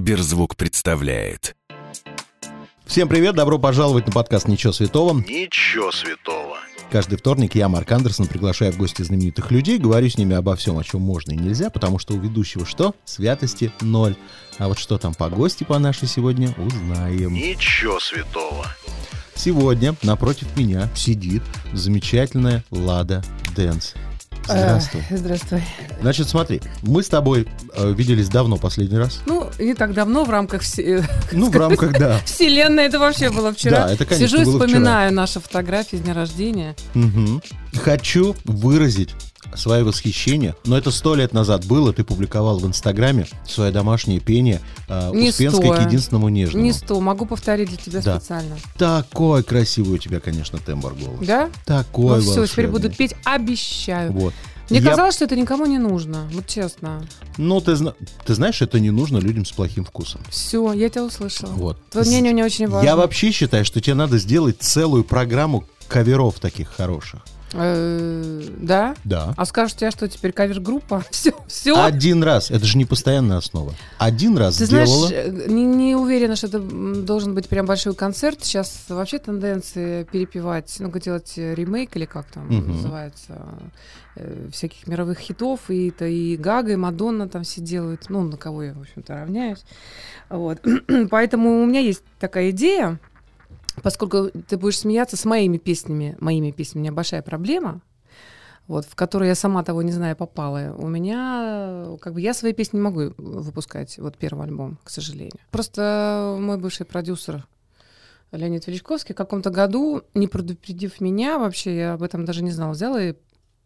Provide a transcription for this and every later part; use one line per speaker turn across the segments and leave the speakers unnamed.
Сберзвук представляет.
Всем привет, добро пожаловать на подкаст «Ничего святого».
Ничего святого.
Каждый вторник я, Марк Андерсон, приглашаю в гости знаменитых людей, говорю с ними обо всем, о чем можно и нельзя, потому что у ведущего что? Святости ноль. А вот что там по гости по нашей сегодня, узнаем.
Ничего святого.
Сегодня напротив меня сидит замечательная Лада Дэнс. Здравствуй.
Э, Здравствуй.
Значит, смотри, мы с тобой э, виделись давно последний раз.
Ну, не так давно в рамках все-
Ну, в рамках, да.
вселенной это вообще было вчера.
Да, это, конечно,
Сижу и
было
вспоминаю наши фотографии с дня рождения.
Мгм. Хочу выразить свое восхищение, но это сто лет назад было, ты публиковал в Инстаграме свое домашнее пение э,
Не
Успенской к
стоя.
единственному нежному.
Не сто, могу повторить для тебя
ну. Да.
специально.
Такой красивый у тебя, конечно, тембр голоса.
Да?
Такой
ну все, теперь
волшебный.
буду петь, обещаю.
Вот.
Мне
Я-
казалось, что это никому не нужно. Вот честно.
Ну, ты, зна- ты знаешь, это не нужно людям с плохим вкусом.
Все, я тебя услышала.
Вот.
Твое мнение мне очень важно.
Я вообще считаю, что тебе надо сделать целую программу каверов таких хороших.
Э, Да?
Да.
А скажешь тебе, что теперь кавер-группа? Все, все.
Один раз, это же не постоянная основа. Один раз
Ты знаешь,
сделала.
э, не, не уверена, что это м, должен быть прям большой концерт. Сейчас вообще тенденции перепевать, ну, делать э, ремейк или как там
Мгм.
называется, э, всяких мировых хитов. И это и Гага, и Мадонна там все делают. Ну, на кого я, в общем-то, равняюсь. Вот. Поэтому у меня есть такая идея. Поскольку ты будешь смеяться с моими песнями, моими песнями, у меня большая проблема, вот, в которую я сама того не знаю попала. У меня, э, как бы, я свои песни не могу выпускать, вот первый альбом, к сожалению. Просто мой бывший продюсер Леонид Величковский в каком-то году, не предупредив меня вообще, я об этом даже не знала, взял и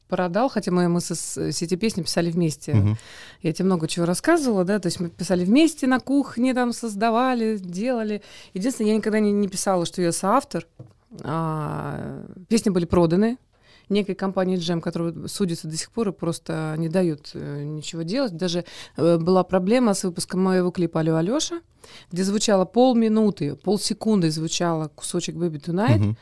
продал, хотя мы, мы со- с- все эти песни писали вместе.
Мгм.
Я тебе много чего рассказывала, да, то есть мы писали вместе на кухне, там создавали, делали. Единственное, я никогда не, не писала, что я соавтор. А, песни были проданы некой компании «Джем», которая судится до сих пор и просто не дают э, ничего делать. Даже э, была проблема с выпуском моего клипа «Алло, Алёша», где звучало полминуты, полсекунды звучало кусочек «Baby Tonight»,
Мгм.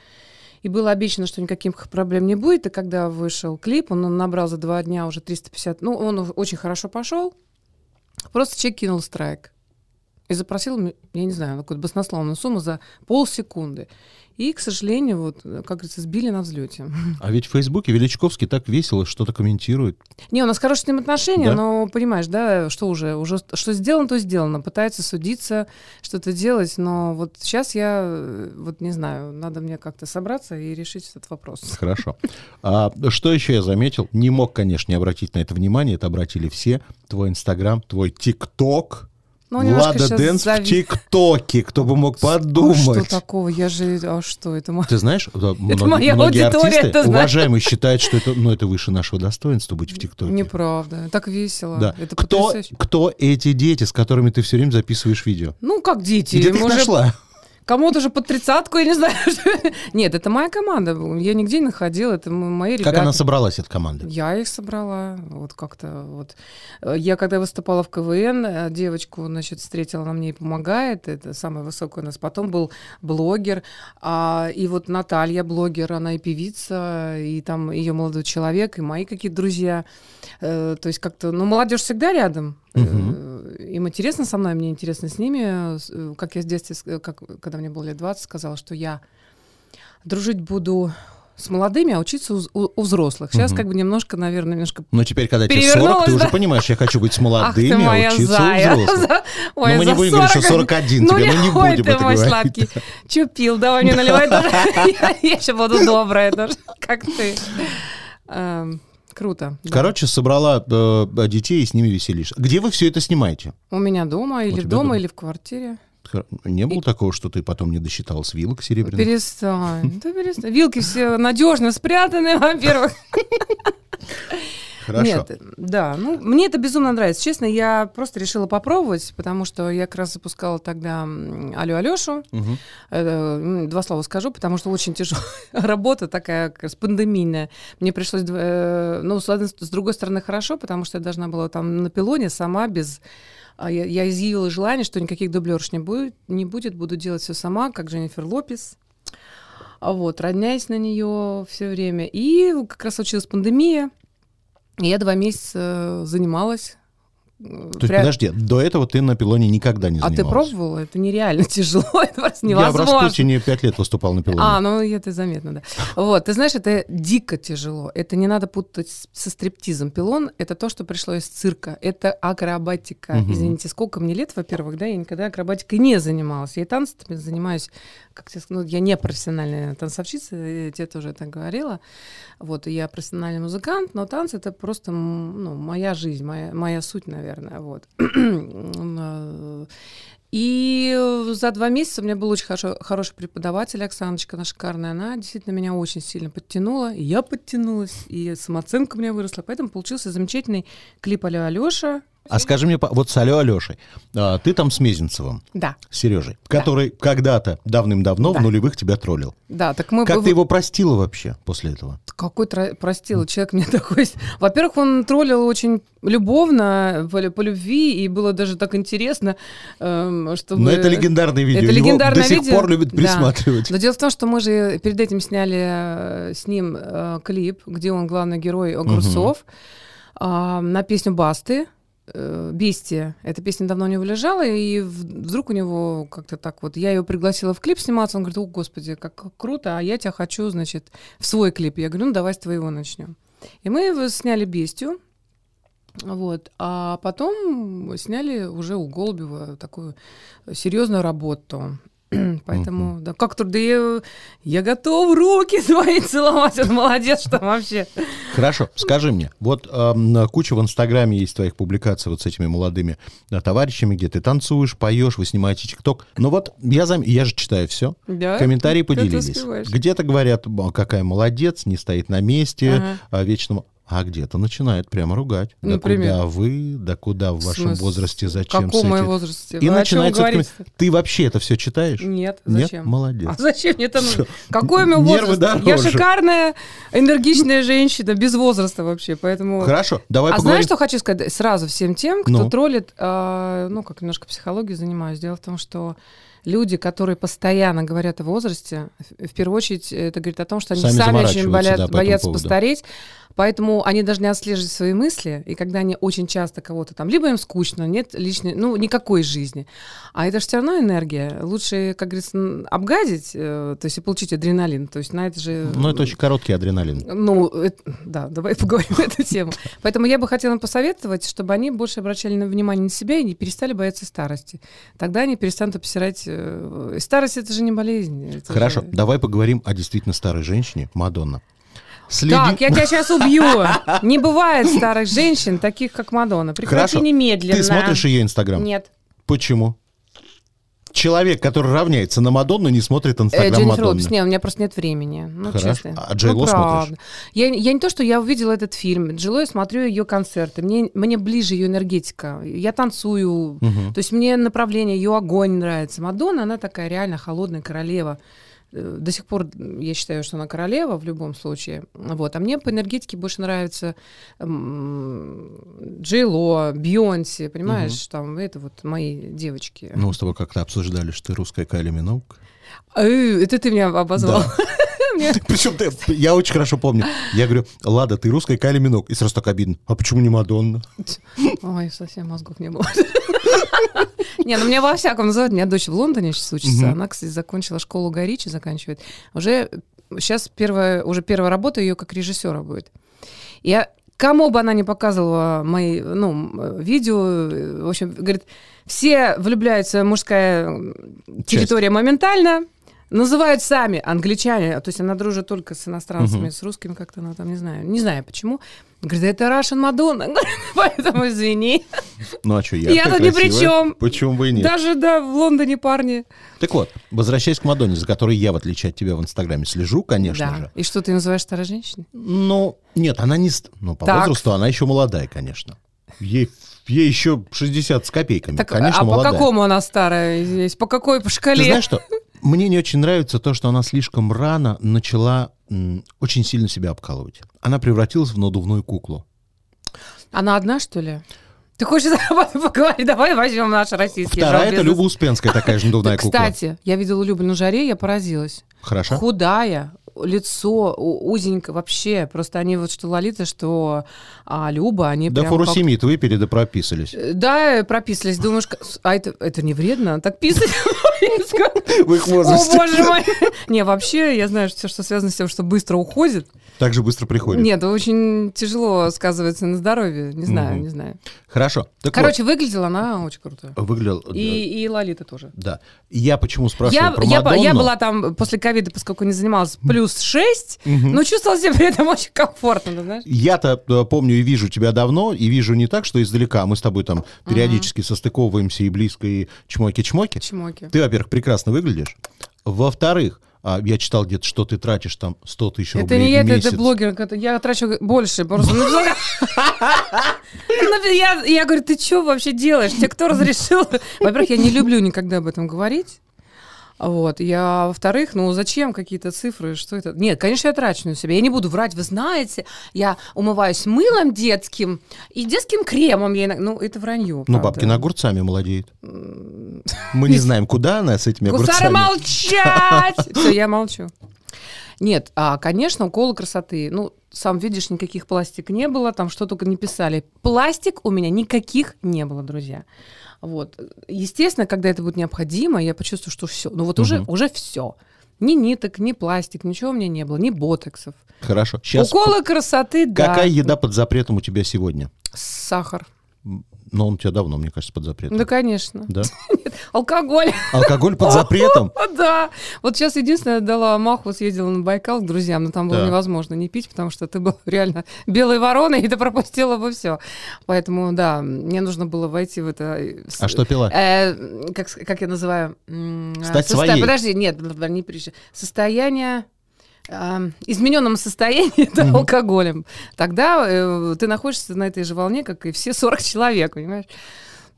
и было обещано, что никаких проблем не будет. И когда вышел клип, он набрал за два дня уже 350. Ну, он уж очень хорошо пошел. Просто человек кинул страйк. И запросил, м- я не знаю, какую-то баснословную сумму за полсекунды. И, к сожалению, вот, э, как говорится, сбили на взлете.
А ведь в Фейсбуке Величковский так весело что-то комментирует.
Не, у нас хорошие с ним отношения,
Да?
но понимаешь, да, что уже, уже ст- что сделано, то сделано. Пытается судиться, что-то делать, но вот сейчас я, э, вот не знаю, надо мне как-то собраться и решить этот вопрос.
Хорошо. А, что еще я заметил? Не мог, конечно, не обратить на это внимание. Это обратили все. Твой Инстаграм, твой ТикТок.
Но Ну, немножко
Лада
щас
Дэнс в
зави-
ТикТоке. Кто бы мог
Что
подумать.
такого? Я же... А что это? мо-
Ты знаешь, да, многие,
моя
многие
аудитория,
артисты,
это знаю.
уважаемые, считают, что это, ну, это выше нашего достоинства быть в ТикТоке.
Неправда. Так весело.
Да.
Это
кто,
потрясающе.
кто эти дети, с которыми ты все время записываешь видео?
Ну, как дети.
Где ты их
Может,
нашла?
Кому-то же под тридцатку, я не знаю. что- Нет, это моя команда. Я нигде не находила. Это м- мои ребята.
Как она собралась, эта команда?
Я их собрала, вот как-то вот. Э, Я когда выступала в КВН, э, девочку, значит, встретила, она мне и помогает, это самая высокая у нас. Потом был блогер, а, и вот Наталья блогер, она и певица, и там ее молодой человек, и мои какие-то друзья. Э, То есть как-то, ну, молодежь всегда рядом.
Мгм.
Э, Им интересно со мной, мне интересно с ними. С- э, Как я с детства, ск- э, как, когда мне было лет 20, сказала, что я дружить буду с молодыми, а учиться у, з- у- у взрослых. Сейчас
Мгм.
как бы немножко, наверное, немножко...
Но теперь, когда тебе 40,
Перевернулась,
ты уже
да?
понимаешь, я хочу быть с
Ах ты
молодыми, а
моя
учиться у
зая!
взрослых.
За-
Ну,
Ой,
мы не
за
будем говорить, что
40.
41
ну,
тебе, мы не
ой,
будем
ты
это
мой
говорить.
сладкий. Че пил, давай мне наливай тоже. Я еще буду добрая даже, как ты. Эм, Круто. да.
Короче, собрала э, детей и с ними веселишь. Где вы все это снимаете?
У меня дома, или
тебя дома?
дома, или в квартире.
Хор- Не было такого, что ты потом не досчитал с вилок серебряных?
Перестань, да перестань. Вилки все надежно спрятаны, во-первых.
Хорошо.
Нет, да, ну, мне это безумно нравится. Честно, я просто решила попробовать, потому что я как раз запускала тогда м, «Алло, Алешу».
Мгм.
Э, м, Два слова скажу, потому что очень тяжелая работа такая, как раз пандемийная. Мне пришлось, дв- э, ну, с одной- с другой стороны, хорошо, потому что я должна была там на пилоне сама без... а Я, я изъявила желание, что никаких дублерш не будет, не будет, буду делать все сама, как Дженнифер Лопес. А Вот, родняясь на нее все время. И как раз случилась пандемия, и я два месяца занималась э,
То есть,
пря-
подожди, до этого ты на пилоне никогда не
А
занималась?
ты пробовала? Это нереально тяжело, это просто
Я в
невозможно.
Распутине пять лет выступал на пилоне.
А, ну это заметно, да. Вот, ты знаешь, это дико тяжело. Это не надо путать с- со стриптизом. Пилон — это то, что пришло из цирка. Это акробатика.
Мгм.
Извините, сколько мне лет, во-первых, да, я никогда акробатикой не занималась. Я и танцами занимаюсь, как тебе сказать, ну, я не профессиональная танцовщица, э, я тебе тоже это говорила. Вот, и я профессиональный музыкант, но танцы — это просто м, ну, моя жизнь, моя, моя суть, наверное, вот. М, э, и э, за два месяца у меня был очень хорошо, хороший преподаватель, Оксаночка, она шикарная. Она действительно меня очень сильно подтянула, и я подтянулась, и самооценка у меня выросла. Поэтому получился замечательный клип «Алло, Алёша».
А скажи мне, по- вот с Алё Алешей, а, ты там с Мезенцевым,
Да,
Сережей, который когда-то давным-давно
Да.
в нулевых тебя троллил.
да, так мы...
как
бы-
ты его простила вообще после этого?
Какой, тро- простил, человек мне такой... с- Во-первых, он троллил очень любовно, по, по любви, и было даже так интересно, эм, чтобы...
Но Ну, это легендарное видео.
это
его
легендарное
до сих
видео,
пор любят
да.
присматривать.
Но дело в том, что мы же перед этим сняли э, с ним э, клип, где он главный герой Огурцов, а, на песню Басты. э, Бестия. Эта песня давно у него лежала, и в- вдруг у него как-то так вот... Я ее пригласила в клип сниматься, он говорит, о, господи, как круто, а я тебя хочу, значит, в свой клип. Я говорю, ну, давай с твоего начнем. И мы его сняли «Бестию», вот. А потом сняли уже у Голубева такую серьезную работу. Поэтому, да, как труд- да я, я готов руки свои целовать, он молодец, что вообще.
Хорошо, скажи мне, вот эм, куча в Инстаграме есть твоих публикаций вот с этими молодыми да, товарищами, где ты танцуешь, поешь, вы снимаете ТикТок. Но вот я, зам... я же читаю все,
Да?
комментарии
ты
поделились.
успеваешь.
Где-то говорят, «Ба, какая молодец, не стоит на месте,
Ага.
а, вечно... А где-то начинают прямо ругать. Да
Например?
куда вы, да куда в
В
вашем
смысле?
возрасте,
В
зачем с
каком моем
этим?»
возрасте?
И
Вы о чем
начинается...
говорите?
Ты вообще это все читаешь?
Нет,
Нет?
зачем?
Молодец.
А зачем мне это нужно?
Всё.
Какой у меня
Нервы
возраст? Я
дороже.
шикарная, энергичная женщина, без возраста вообще, поэтому...
Хорошо, давай
а
поговорим.
знаешь, что хочу сказать сразу всем тем, кто
Ну.
троллит, а, ну, как немножко психологией занимаюсь. Дело в том, что люди, которые постоянно говорят о возрасте, в в первую очередь это говорит о том, что они
Сами
сами, очень
заморачиваются,
болят-
да, по этому
боятся
поводу.
постареть, поэтому они должны отслеживать свои мысли, и когда они очень часто кого-то там, либо им скучно, нет личной, ну, никакой жизни, а это же все равно энергия. Лучше, как говорится, н- обгадить, э, то есть и получить адреналин, то есть на это же...
Ну, это очень короткий адреналин.
Ну, э, да, давай поговорим на эту тему. Поэтому я бы хотела им посоветовать, чтобы они больше обращали на внимание на себя и не перестали бояться старости. Тогда они перестанут обсирать... э, Старость — это же не болезнь. это
Хорошо,
же-
давай поговорим о действительно старой женщине Мадонна. Следи...
Так, я тебя сейчас убью. Не бывает старых женщин, таких как Мадонна. Прекрати
Хорошо.
немедленно.
Ты смотришь ее Инстаграм?
Нет.
Почему? Человек, который равняется на Мадонну, не смотрит
Э,
Инстаграм
Дженнифер
Мадонны.
Лопес, не, у меня просто нет времени. Ну,
Хорошо.
честно.
А Джей
Ну,
Ло смотришь?
правда. Я, я не то, что я увидела этот фильм. Джей Ло, я смотрю ее концерты. Мне, мне ближе ее энергетика. Я танцую.
Мгм.
То есть мне направление ее огонь нравится. Мадонна, она такая реально холодная королева. Э, До сих пор я считаю, что она королева в любом случае. Вот. А мне по энергетике больше нравится м, Джей Ло, Бьонси, понимаешь, там это вот мои девочки.
Ну, мы с тобой как-то обсуждали, что ты русская Кайли Миноуг.
Э, это ты меня обозвал. Мне-
Причем ты, я очень хорошо помню. Я говорю, Лада, ты русская Кайли Миноуг. И сразу так обидно. А почему не Мадонна?
Ой, совсем мозгов не было. Не, ну меня во всяком называют. У меня дочь в Лондоне сейчас учится.
Мгм.
Она, кстати, закончила школу Горичи, заканчивает. Уже сейчас первая, уже первая работа ее как режиссера будет. Я кому бы она ни показывала мои, ну, м, видео, э, в общем, говорит, все влюбляются в мужская м, территория моментально, называют сами англичане, то есть она дружит только с иностранцами,
Мгм.
с русскими как-то она там, не знаю, не знаю почему. Говорит, «Да это Russian Madonna, поэтому извини.
Ну, а что, я?
Я тут ни при чем.
Почему бы и нет?
Даже, да, в Лондоне парни.
Так вот, возвращаясь к Мадонне, за которой я, в отличие от тебя, в Инстаграме слежу, конечно
Да.
же.
И что, ты называешь старой женщиной?
Ну, нет, она не... ст- Ну, по
Так.
возрасту она еще молодая, конечно. Ей, ей еще 60 с копейками.
Так,
Ну, конечно,
а
молодая.
по какому она старая здесь? По какой по
Ты
шкале?
знаешь что? Мне не очень нравится то, что она слишком рано начала м, очень сильно себя обкалывать. Она превратилась в надувную куклу.
Она одна, что ли? Ты хочешь об этом поговорить? Давай возьмем наш российский
Вторая это
шоу-бизнес.
Люба Успенская такая же надувная кукла.
Кстати, я видела Любу на жаре, я поразилась.
Хорошо.
Худая, лицо у- узенько вообще. Просто они вот что Лолита, что а, Люба, они
Да
прям как-
фурусимид выпили, да прописались.
Э, Да, прописались. Думаешь, к- с- а это, это не вредно? Так писать?
В их
О, боже мой. Не, вообще, я знаю, что все, что связано с тем, что быстро уходит.
Так же быстро приходит.
Нет, очень тяжело сказывается на здоровье. Не знаю,
Мгм.
не знаю.
Хорошо. Так
Короче, выглядела она очень круто.
вот, выглядел... э,
И, и Лолита тоже.
Да. Я почему спрашиваю
Я,
про
я, б- я
Мадонну?
была там после ковида, поскольку не занималась, плюс 6,
Мгм.
но чувствовала себя при этом очень комфортно, ты знаешь.
Я-то э, помню и вижу тебя давно, и вижу не так, что издалека. Мы с тобой там периодически состыковываемся и близко, и чмоки-чмоки.
Чмоки.
Ты, во-первых, прекрасно выглядишь. Во-вторых, а, я читал где-то, что ты тратишь там 100 тысяч
Это
рублей
не
в
я, это,
месяц.
это блогер. это Я трачу больше. Просто Ну, ну, я, я говорю, ты что вообще делаешь? Тебе кто разрешил? Во-первых, я не люблю никогда об этом говорить. Вот, я, во-вторых, ну зачем какие-то цифры, что это? Нет, конечно, я трачу на себя, я не буду врать, вы знаете, я умываюсь мылом детским и детским кремом, я иногда- ну это вранье,
Ну,
правда.
бабкина огурцами молодеет. Мы не знаем, куда она с этими
Гусары
огурцами.
молчать! Все, я молчу. Нет, а, конечно, уколы красоты. Ну, сам видишь, никаких пластик не было, там что только не писали. Пластик у меня никаких не было, друзья. Вот. Естественно, когда это будет необходимо, я почувствую, что все. Ну вот уже,
Мгм.
уже все. Ни ниток, ни пластик, ничего у меня не было, ни ботоксов.
Хорошо. Сейчас.
Уколы красоты, да.
Какая еда под запретом у тебя сегодня?
Сахар.
Ну, он у тебя давно, мне кажется, под запретом.
Да, конечно.
Да?
Алкоголь.
Алкоголь под запретом?
А, Да. Вот сейчас единственное, я дала маху, съездила на Байкал к друзьям, но там было
Да.
невозможно не пить, потому что ты был реально белой вороной, и ты пропустила бы все. Поэтому, да, мне нужно было войти в это... э, с-
А что пила?
э, как, с- как я называю? М, э,
Стать своей.
Подожди, нет, бл- бл- не переезжай. Состояние эм, измененном состоянии да,
Мгм.
алкоголем. Тогда э, ты находишься на этой же волне, как и все 40 человек, понимаешь?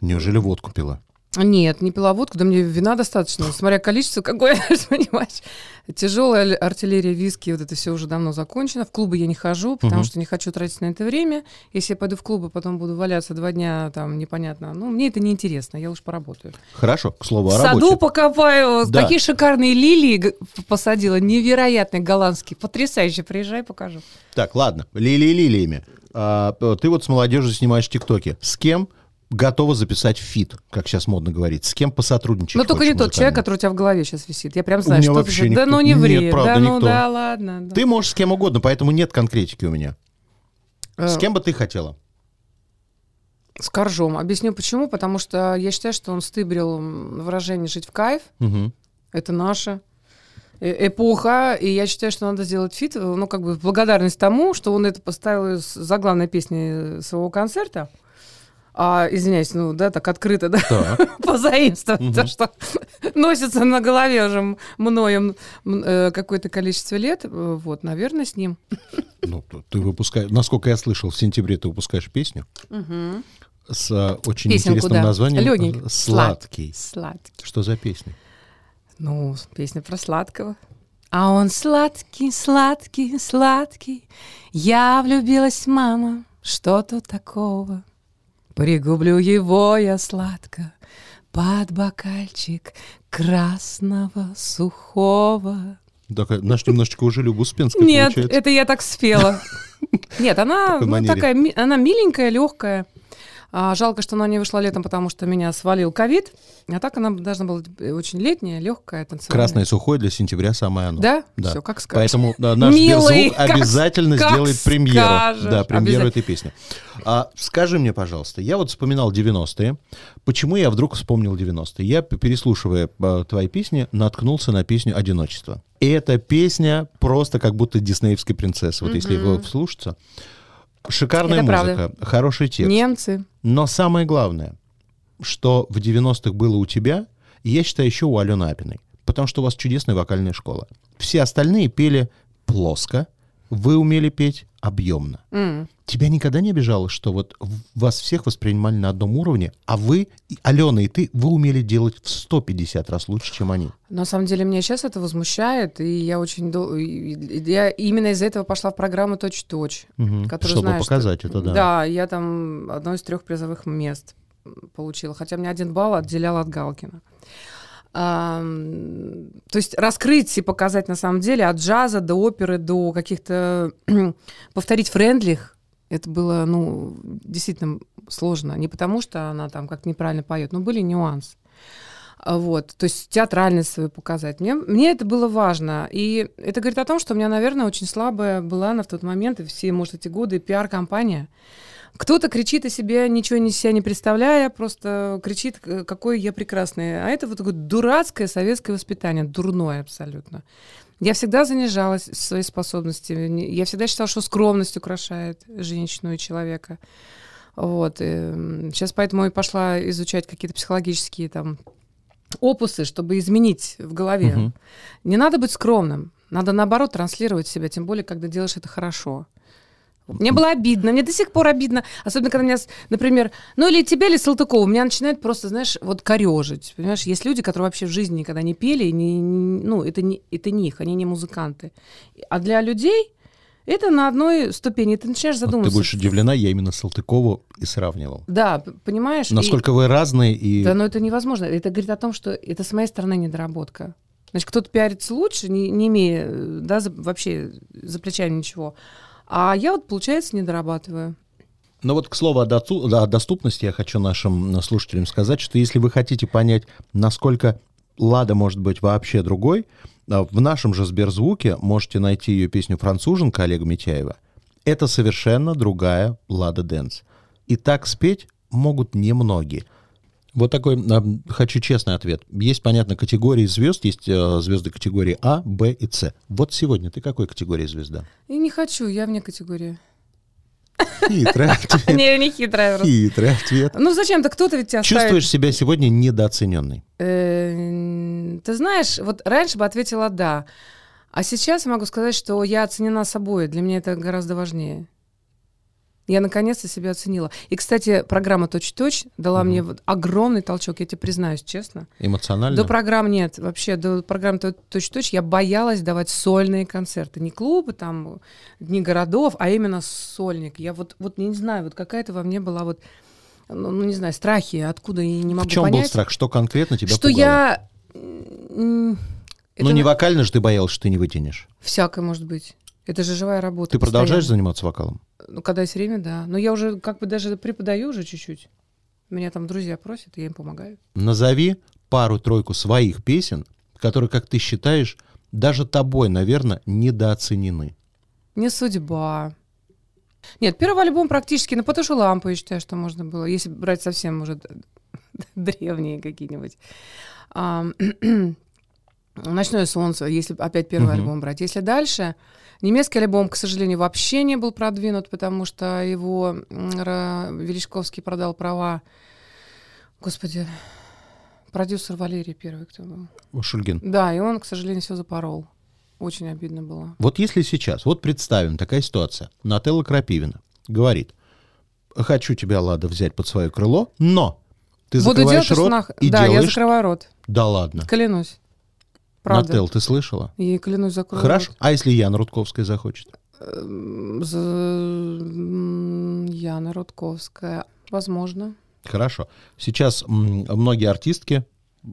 Неужели водку пила?
Нет, не пила водку, да мне вина достаточно. Смотря количество, какое, понимаешь. Тяжелая артиллерия виски, вот это все уже давно закончено. В клубы я не хожу, потому
Мгм.
что не хочу тратить на это время. Если я пойду в клубы, потом буду валяться два дня, там, непонятно. Ну, мне это неинтересно, я лучше поработаю.
Хорошо, к слову
В
о
саду
работе.
покопаю,
Да.
такие шикарные лилии г- посадила, невероятные, голландские, потрясающе. Приезжай, покажу.
Так, ладно, лилии-лилиями. А, п- ты вот с молодежью снимаешь тиктоки. С кем готова записать фит, как сейчас модно говорить? С кем посотрудничать
Но только
хочешь
не тот человек,
музыкально?
который у тебя в голове сейчас висит. Я прям
У
знаю,
меня
что ты
вообще
за- Да
никто-
ну не
Нет,
ври,
правда,
да ну
никто.
да ладно. да.
Ты можешь с кем угодно, поэтому нет конкретики у меня. С
Э,
кем бы ты хотела?
С Коржом. Объясню почему. Потому что я считаю, что он стыбрил м, выражение «жить в кайф».
Мгм.
Это наша э, эпоха. И я считаю, что надо сделать фит. э, Ну, как бы в благодарность тому, что он это поставил из заглавной песни э, своего концерта. А, извиняюсь, ну, да, так открыто, да,
Так.
позаимствовать
Мгм.
то, что носится на голове уже м- мною м, э, какое-то количество лет. Э, Вот, наверное, с ним.
Ну, т- ты выпускаешь, насколько я слышал, в сентябре ты выпускаешь песню с а, очень
Песенку,
интересным
да.
названием
Лёгенький.
э, «Сладкий».
Сладкий.
Что за песня?
Ну, песня про сладкого. А он сладкий, сладкий, сладкий. Я влюбилась, мама, что тут такого? Пригублю его я сладко под бокальчик красного сухого.
Так, э, наш немножечко уже Люба Успенская
Нет,
получается.
это я так спела. Нет, она
такой
ну,
манере.
такая, ми- она миленькая, легкая. А, жалко, что она не вышла летом, потому что меня свалил ковид. А так она должна была быть очень летняя, легкая, танцевальная.
Красное сухое для сентября самое оно.
Да?
Да.
Все, как сказать.
Поэтому да, наш
Милый,
Сберзвук
как-
обязательно
как
сделает премьеру.
скажешь,
да, премьеру
обязательно.
этой песни. А, скажи мне, пожалуйста, я вот вспоминал 90-е. Почему я вдруг вспомнил 90-е? Я, п- переслушивая э, твои песни, наткнулся на песню «Одиночество». И эта песня просто как будто диснеевской принцессы. Вот если его вслушаться. Шикарная
Это правда.
музыка, хороший текст.
Немцы.
Но самое главное, что в 90-х было у тебя, и я считаю, еще у Алены Апиной. Потому что у вас чудесная вокальная школа. Все остальные пели плоско, вы умели петь объемно.
М.
Тебя никогда не обижало, что вот в- вас всех воспринимали на одном уровне, а вы, и Алена и ты, вы умели делать в 150 раз лучше, чем они.
На самом деле меня сейчас это возмущает, и я очень дол- и- и- я именно из-за этого пошла в программу точь-в-точь.
Мгм.
Который,
Чтобы
знаешь,
показать это, да.
Да, я там одно из трех призовых мест м, получила, хотя мне один балл отделял от Галкина. ам, то есть раскрыть и показать на самом деле от джаза до оперы, до каких-то повторить френдлих, это было, ну, действительно сложно. Не потому, что она там как-то неправильно поет, но были нюансы. А Вот, то есть театральность свою показать. Мне, мне это было важно. И это говорит о том, что у меня, наверное, очень слабая была на в тот момент, и все, может, эти годы, пиар-компания. Кто-то кричит о себе, ничего не себя не представляя, просто кричит, э, какой я прекрасный. А это вот такое дурацкое советское воспитание, дурное абсолютно. Я всегда занижалась в своей способности. Не- Я всегда считала, что скромность украшает женщину и человека. Вот. Сейчас поэтому и пошла изучать какие-то психологические там опусы, чтобы изменить в голове.
Мгм.
Не надо быть скромным. Надо, наоборот, транслировать себя, тем более, когда делаешь это хорошо. Мне было обидно, мне до сих пор обидно, особенно когда меня, с- например, ну или тебя, или Салтыкова, меня начинает просто, знаешь, вот корежить, понимаешь, есть люди, которые вообще в жизни никогда не пели, и не, не- ну это не, это не их, они не музыканты, а для людей это на одной ступени, ты начинаешь
Вот
задумываться.
ты будешь удивлена, я именно Салтыкову и сравнивал.
Да, п- понимаешь? и-
Насколько вы разные и...
Да, но это невозможно. Это говорит о том, что это с моей стороны недоработка. Значит, кто-то пиарится лучше, не, не имея э, да, за- вообще за плечами ничего. А я вот, получается, не дорабатываю.
Но вот, к слову, о, доту- да, о доступности я хочу нашим э, слушателям сказать, что если вы хотите понять, насколько Лада может быть вообще другой, э, в нашем же Сберзвуке можете найти ее песню «Француженка» Олега Митяева. Это совершенно другая Лада Дэнс. И так спеть могут немногие. Вот такой ам, хочу честный ответ. Есть, понятно, категории звезд, есть э, звезды категории А, Б и С. Вот сегодня ты какой категории звезда?
И не хочу, я вне категории.
Хитрый ответ.
Не, не хитрая. просто.
Хитрый ответ.
Ну зачем-то кто-то ведь тебя
Чувствуешь себя сегодня недооцененной.
Э, Ты знаешь, вот раньше бы ответила «да», а сейчас я могу сказать, что я оценена собой. Для меня это гораздо важнее. Я наконец-то себя оценила. И, кстати, программа «Точь-в-точь» дала мне вот огромный толчок, я тебе признаюсь честно.
Эмоционально.
До программ нет вообще. До программы «То- «Точь-в-точь» я боялась давать сольные концерты. Не клубы, там, дни городов, а именно сольник. Я вот, вот не знаю, вот какая-то во мне была вот, ну, ну, не знаю, страхи, откуда я не могу
в чем был
понять
страх? Что конкретно тебя
что
пугало?
я... м,
Ну,
это
не вокально же ты боялась, что ты не вытянешь.
Всякое может быть. Это же живая работа.
Ты продолжаешь
постоянно.
заниматься вокалом?
Ну, когда есть время, да. Но я уже как бы даже преподаю уже чуть-чуть. Меня там друзья просят, я им помогаю.
Назови пару-тройку своих песен, которые, как ты считаешь, даже тобой, наверное, недооценены.
Не судьба. Нет, первый альбом практически на потушу лампу, я считаю, что можно было, если брать совсем уже д- древние какие-нибудь. А, Ночное солнце, если опять первый
Мгм.
альбом брать. Если дальше, немецкий альбом, к сожалению, вообще не был продвинут, потому что его м, Ра- Величковский продал права. Господи, продюсер Валерий первый, кто был.
Шульгин.
Да, и он, к сожалению, все запорол. Очень обидно было.
Вот если сейчас, вот представим такая ситуация. Нателла Крапивина говорит, хочу тебя, Лада, взять под свое крыло, но ты
Буду делать
закрываешь рот
персонаж-
и
да, я
делаешь...
закрываю рот.
Да ладно.
Клянусь. Правда.
Нателл, ты слышала?
И клянусь, закрою
Хорошо.
рот.
А если Яна Рудковская захочет?
М, за- м, Яна Рудковская. Возможно.
Хорошо. Сейчас м, многие артистки,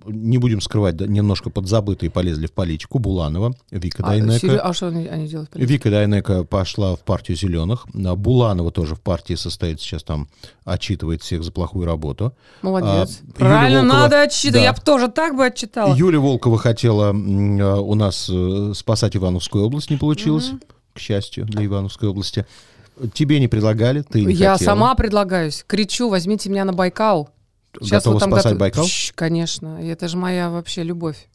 не будем скрывать, да, немножко подзабытые полезли в политику. Буланова, Вика
А,
Дайнека.
серьё- а что они, они делают?
Вика Дайнека пошла в партию зеленых. А Буланова тоже в партии состоит сейчас там, отчитывает всех за плохую работу.
Молодец.
а, Юлия
Правильно,
Волкова-
надо отчитывать.
да.
Я бы тоже так бы отчитала.
Юля Волкова хотела м, э, у нас э, спасать Ивановскую область, не получилось, к счастью, для Ивановской области. Тебе не предлагали, ты не
Я
хотела.
сама предлагаюсь. Кричу, возьмите меня на Байкал. Сейчас
Готова
вот там
спасать
готов-
Байкал?
Пш, конечно. И Это же моя вообще любовь.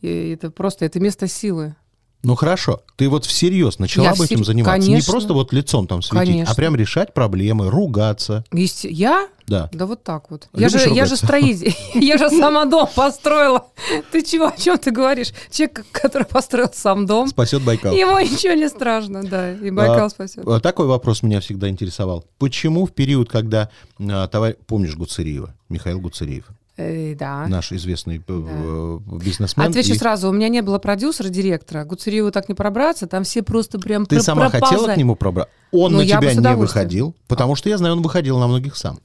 И это просто, это место силы.
Ну хорошо, ты вот всерьез начала
Я
бы этим
всер-
заниматься. Не
Конечно.
просто вот лицом там светить, а
Конечно.
прям решать проблемы, ругаться.
Есть- Я
Да.
Да вот так вот.
Любишь
я же, я же
ругаться?
строитель. Я же сама дом построила. Ты чего, о чем ты говоришь? Человек, который построил сам дом,
Спасет Байкал.
ему ничего не страшно, да. И Байкал спасет.
А, Такой вопрос меня всегда интересовал. Почему в период, когда а, товарищ, помнишь Гуцериева, Михаил Гуцериев,
Э, Да.
наш известный э, э, бизнесмен,
Отвечу
и
сразу, у меня не было продюсера, директора. Гуцериеву так не пробраться, там все просто прям
ты
пр-
сама хотела
проползали.
к нему пробраться? Он
Ну,
на
я бы
тебя
с
не
удовольствием.
выходил, потому что я знаю, он выходил на многих сам.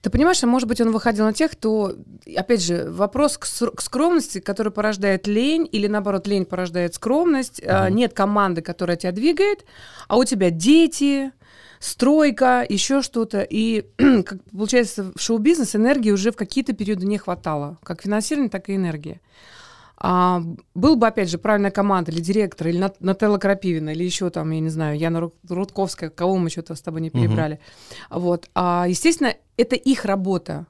Ты понимаешь, а может быть, он выходил на тех, кто, опять же, вопрос к, ср- к скромности, который порождает лень, или наоборот, лень порождает скромность. А, Нет команды, которая тебя двигает, а у тебя дети, стройка, еще что-то. И как получается, в шоу-бизнес энергии уже в какие-то периоды не хватало, как финансирования, так и энергии. А, был бы, опять же, правильная команда или директор, или Нат- Нателла Крапивина, или еще там, я не знаю, Яна Ру- Рудковская, кого мы что-то с тобой не перебрали. Вот. А, естественно, это их работа.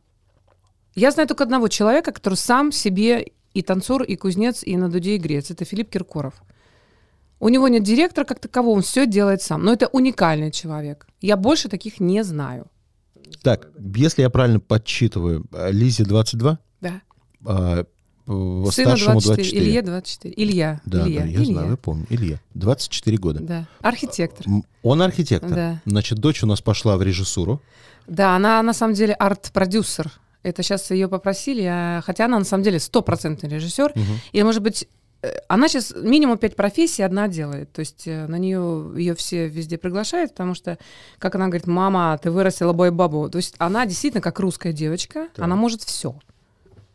Я знаю только одного человека, который сам себе и танцор, и кузнец, и на дуде и грец. Это Филипп Киркоров. У него нет директора как такового, он все делает сам. Но это уникальный человек. Я больше таких не знаю.
Так, если я правильно подсчитываю, э, Лизе 22,
Да.
а, э,
Сыну
старшему
24,
24.
Илье 24. Илья.
Да,
Илья.
да, я
Илья.
знаю, я помню. Илья. 24 года.
Да. Архитектор.
М, Он архитектор.
Да.
Значит, дочь у нас пошла в режиссуру.
Да, она на самом деле арт-продюсер. Это сейчас ее попросили, а- хотя она на самом деле стопроцентный режиссер. И, может быть, э, она сейчас минимум пять профессий одна делает. То есть э, на нее ее все везде приглашают, потому что, как она говорит, мама, ты вырастила бой бабу. То есть она действительно как русская девочка, она может все.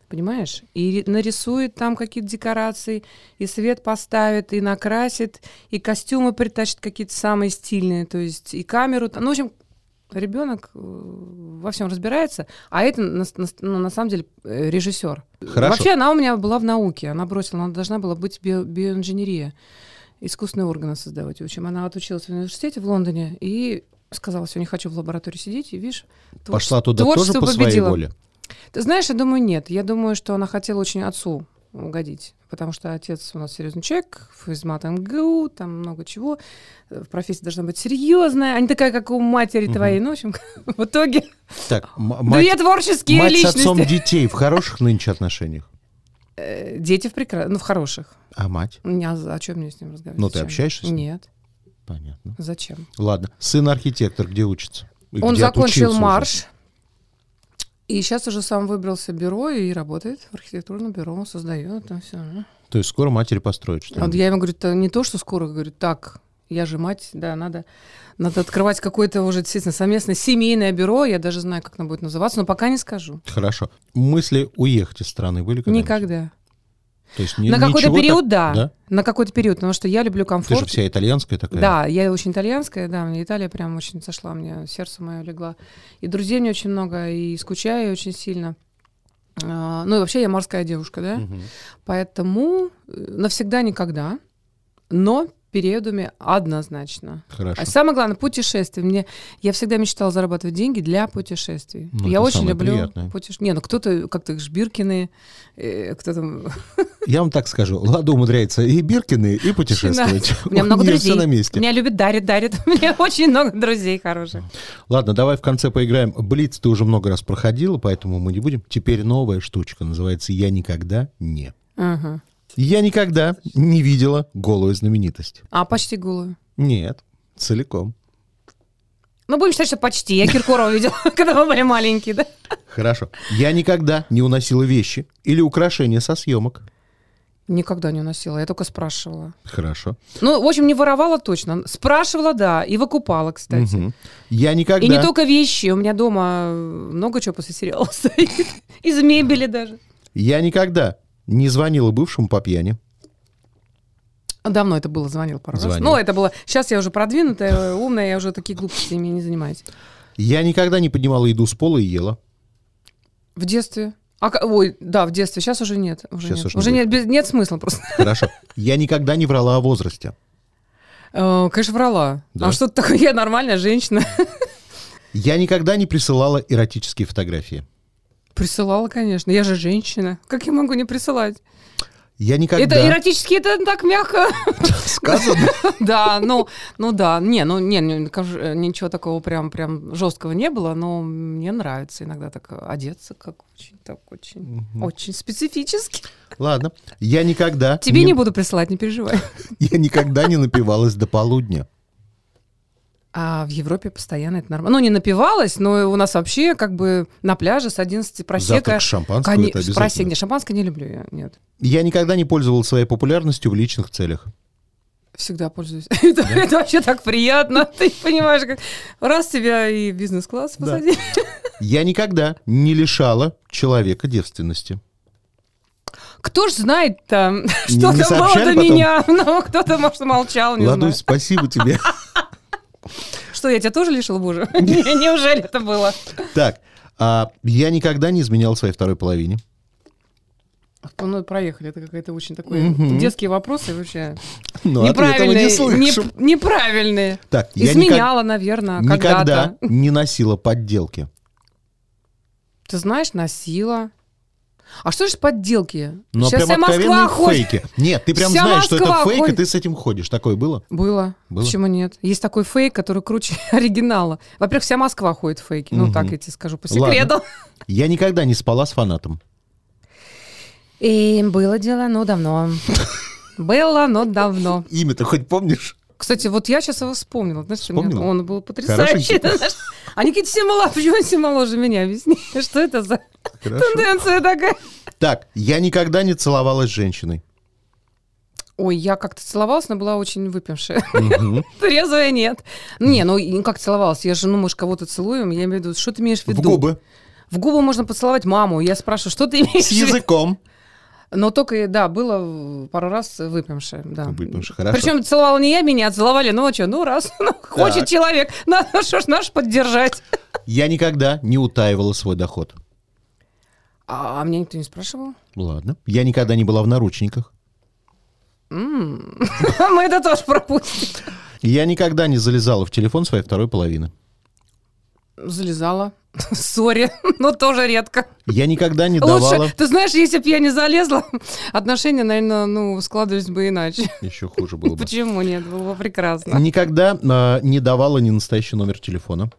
Понимаешь? И ри- нарисует там какие-то декорации, и свет поставит, и накрасит, и костюмы притащит какие-то самые стильные, то есть и камеру. там. Ну, в общем, ребенок э, во всем разбирается, а это на, с- на с- ну, на самом деле э, режиссер.
Хорошо.
Вообще она у меня была в науке, она бросила, она должна была быть био- биоинженерия, искусственные органы создавать. В общем, она отучилась в университете в Лондоне и сказала, все, не хочу в лаборатории сидеть, и видишь, творче-
Пошла туда тоже
творчество
по своей
победило.
воле.
Ты знаешь, я думаю, нет. Я думаю, что она хотела очень отцу угодить. Потому что отец у нас серьезный человек, физмат МГУ, там много чего. Э, Профессия должна быть серьезная, а не такая, как у матери твоей. Ну, в общем, в итоге
Так, м- мать,
две творческие
мать с
личности.
отцом детей в хороших нынче отношениях.
Э, Дети в прекрасных, ну, в хороших.
А мать?
У меня- О чем мне с ним разговаривать?
Ну, ты
Зачем?
общаешься с ним?
Нет.
Понятно.
Зачем?
Ладно. Сын архитектор, где учится? И
Он
где
закончил
отучился уже?
марш. И сейчас уже сам выбрался бюро и работает в архитектурном бюро, он создает там все.
То есть скоро матери построят
А вот
что-нибудь.
я ему говорю, «Та не то, что скоро, говорю, так, я же мать, да, надо, надо открывать какое-то уже действительно совместное семейное бюро, я даже знаю, как оно будет называться, но пока не скажу.
Хорошо. Мысли уехать из страны были когда
Никогда.
То есть ни-
на какой-то
ничего так-
период, да.
да?
На какой-то период, потому что я люблю
Ты
комфорт.
же вся итальянская такая.
Да, я очень итальянская, да, мне Италия прям очень сошла, мне сердце мое легла. И друзей мне очень много, и скучаю очень сильно. А, Ну и вообще я морская девушка, да?
Мгм.
Поэтому э, навсегда никогда, но периодами однозначно.
Хорошо.
А самое главное, путешествия. Мне, я всегда мечтала зарабатывать деньги для путешествий.
Ну,
я
это
очень
самое
люблю
приятное.
путешествия. Не, ну кто-то как-то их Жбиркины, э, кто-то...
Я вам так скажу. Лада умудряется и Биркины, и путешествовать.
У меня много друзей.
все на месте.
Меня любит, дарит, дарит. У меня очень много друзей хороших.
Ладно, давай в конце поиграем. Блиц ты уже много раз проходила, поэтому мы не будем. Теперь новая штучка. Называется «Я никогда не».
Ага.
Я никогда не видела голую знаменитость.
А, почти голую.
Нет, целиком.
Ну, будем считать, что почти. Я Киркорова видела, когда мы были маленькие, да?
Хорошо. Я никогда не уносила вещи или украшения со съемок.
Никогда не уносила, я только спрашивала.
Хорошо.
Ну, в общем, не воровала точно. Спрашивала, да, и выкупала, кстати.
Мгм. Я никогда...
И не только вещи. У меня дома э, много чего после сериала стоит. Из мебели даже.
Я никогда не звонила бывшему по пьяни.
А Давно это было, звонил пару раз.
Звонил.
Ну, это было... Сейчас я уже продвинутая, умная, я уже такие глупостями не занимаюсь.
Я никогда не поднимала еду с пола и ела.
В детстве. А, ка- ой, да, в детстве. Сейчас уже нет. Уже
Щас
нет.
уже
уже
не
нет, без- нет смысла просто.
Хорошо. Я никогда не врала о возрасте.
Э, Конечно, врала.
Да?
А что то такое? Я нормальная женщина.
Я никогда не присылала эротические фотографии.
Присылала, конечно. Я же женщина. Как я могу не присылать?
Я никогда...
Это эротически, это так мягко.
Сказано.
Да, ну, ну да, не, ну не, не, каж- э, ничего такого прям, прям жесткого не было, но мне нравится иногда так одеться, как очень, так очень, очень специфически.
Ладно. Я никогда...
Тебе не буду присылать, не переживай.
Я никогда не напивалась до полудня.
А в Европе постоянно это нормально. Ну, не напивалась, но у нас вообще как бы на пляже с 11 просека.
Завтрак с шампанского
Коне-
это
с
обязательно.
просек- не, шампанское не люблю я, нет.
Я никогда не пользовалась своей популярностью в личных целях.
Всегда пользуюсь. Это, это вообще так приятно. Ты понимаешь, как раз тебя и в бизнес-класс
Да.
посадили.
Я никогда не лишала человека девственности.
Кто ж знает-то, что
не
там было до
сообщали потом?
меня? Ну, кто-то, может, молчал, не знаю.
Ладусь, спасибо тебе.
Что, я тебя тоже лишил мужа? Не, Неужели это было?
Так, а, я никогда не изменял своей второй половине.
Ну, проехали. Это какая-то очень такой
Мгм. Ну,
детские вопросы вообще.
Но ответа мы
неправильные.
не слышим.
неп- неправильные.
Так, я никогда-
Изменяла, наверное,
никогда
когда-то.
не носила подделки.
Ты знаешь, носила. А что же подделки?
Но
Сейчас вся
Ну, а прям
Москва
откровенные
ходит.
фейки. Нет, ты прям
Вся
знаешь, что это
Москва
фейк, и
ходит.
ты с этим ходишь. Такое было?
Было.
Было?
Почему нет? Есть такой фейк, который круче оригинала. Во-первых, вся Москва ходит в фейки. Ну,
Мгм.
так я тебе скажу по
Ладно.
секрету.
Я никогда не спала с фанатом.
И было дело, но давно. Было, но давно.
Имя-то хоть помнишь?
Кстати, вот я сейчас его вспомнила. Знаешь, что
Вспомнила?
мне- он был потрясающий.
Хорошенький.
Знаешь, А Никита Семалов, почему он все моложе меня? Объясни, что это за
Хорошо.
тенденция такая?
Так, я никогда не целовалась с женщиной.
Ой, я как-то целовалась, но была очень выпившая.
Мгм.
Трезвая нет. Не, ну и как целовалась? Я же, ну, мы же кого-то целуем. Я имею в виду, что ты имеешь в
В
виду?
губы.
В губы можно поцеловать маму. Я спрашиваю, что ты имеешь
С
в виду?
языком.
Но только, э, да, было пару раз выпившая, да.
Выпившая, хорошо.
Причем целовала не я, меня а целовали ночью. Ну, раз, ну, хочет человек, надо, что ж, наш поддержать.
Я никогда не утаивала свой доход.
А, а меня никто не спрашивал.
Ладно. Я никогда не была в наручниках.
М. М-м. Мы это тоже пропустим.
Я никогда не залезала в телефон своей второй половины.
Залезала. Сори, но тоже редко.
Я никогда не давала...
Лучше, ты знаешь, если бы я не залезла, отношения, наверное, ну, складывались бы иначе.
Еще хуже было бы.
Почему нет? Было бы прекрасно.
Никогда а, не давала не настоящий номер телефона.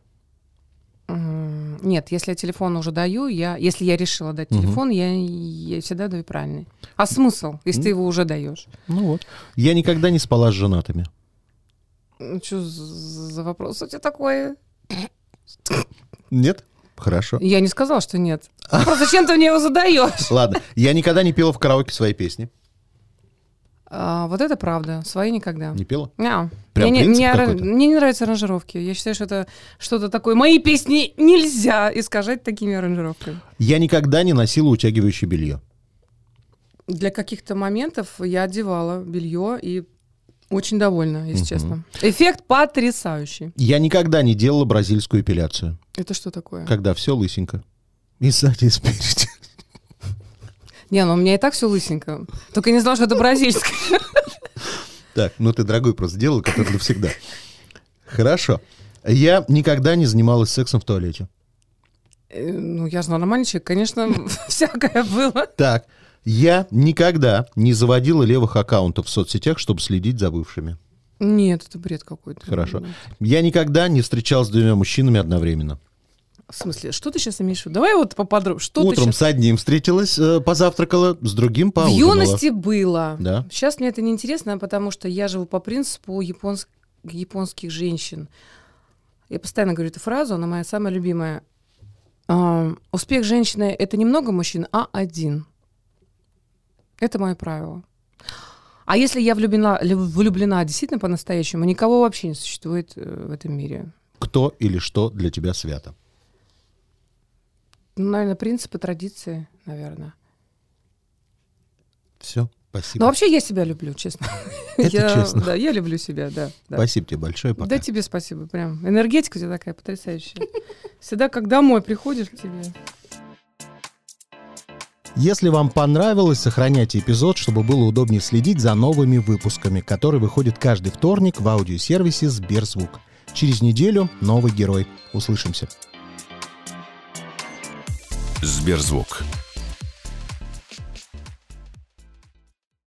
М, Нет, если я телефон уже даю, я, если я решила дать
Мгм.
телефон, я, я всегда даю правильный. А смысл, если ты его уже даешь?
Ну вот. Я никогда не спала с женатыми.
Ну, что за вопрос у тебя такой?
Нет? Хорошо.
Я не сказала, что нет. Ну, Просто зачем ты мне его задаешь?
Ладно. Я никогда не пела в караоке свои песни.
А, вот это правда. Свои никогда.
Не пела?
Мяу.
Прям
мне, не-
принцип
мне ара-
какой-то?
мне не нравятся аранжировки. Я считаю, что это что-то такое. Мои песни нельзя искажать такими аранжировками.
Я никогда не носила утягивающее белье.
Для каких-то моментов я одевала белье и очень довольна, если
Мгм.
честно. Эффект потрясающий.
Я никогда не делала бразильскую эпиляцию.
Это что такое?
Когда все лысенько. И сзади, и спереди.
Не, ну у меня и так все лысенько. Только я не знала, что это бразильское.
Так, ну ты дорогой просто делал, как это навсегда. Хорошо. Я никогда не занималась сексом в туалете.
Э, Ну, я же нормальный человек, конечно, всякое было.
Так. Я никогда не заводила левых аккаунтов в соцсетях, чтобы следить за бывшими.
Нет, это бред какой-то.
Хорошо. Я никогда не встречался с двумя мужчинами одновременно.
В смысле, что ты сейчас имеешь в виду? Давай вот поподробнее. Что ты
Утром
сейчас...
с одним встретилась, э, позавтракала, с другим
В
поужинала.
юности было.
Да.
Сейчас мне это не интересно, потому что я живу по принципу японск- японских женщин. Я постоянно говорю эту фразу, она моя самая любимая. А, Успех женщины – это не много мужчин, а один. Это мое правило. А если я влюблена, лю- влюблена действительно по-настоящему, никого вообще не существует э, в этом мире.
Кто или что для тебя свято?
Ну, наверное, принципы, традиции, наверное.
Все.
Но
Спасибо.
Ну, вообще я себя люблю, честно.
Это
Я-
честно.
Да, я люблю себя, да. да.
Спасибо тебе большое. Пока.
Да тебе спасибо, прям. Энергетика у тебя такая потрясающая. Всегда, как домой приходишь к тебе.
Если вам понравилось, сохраняйте эпизод, чтобы было удобнее следить за новыми выпусками, которые выходят каждый вторник в аудиосервисе Сберзвук. Через неделю новый герой. Услышимся.
Сберзвук.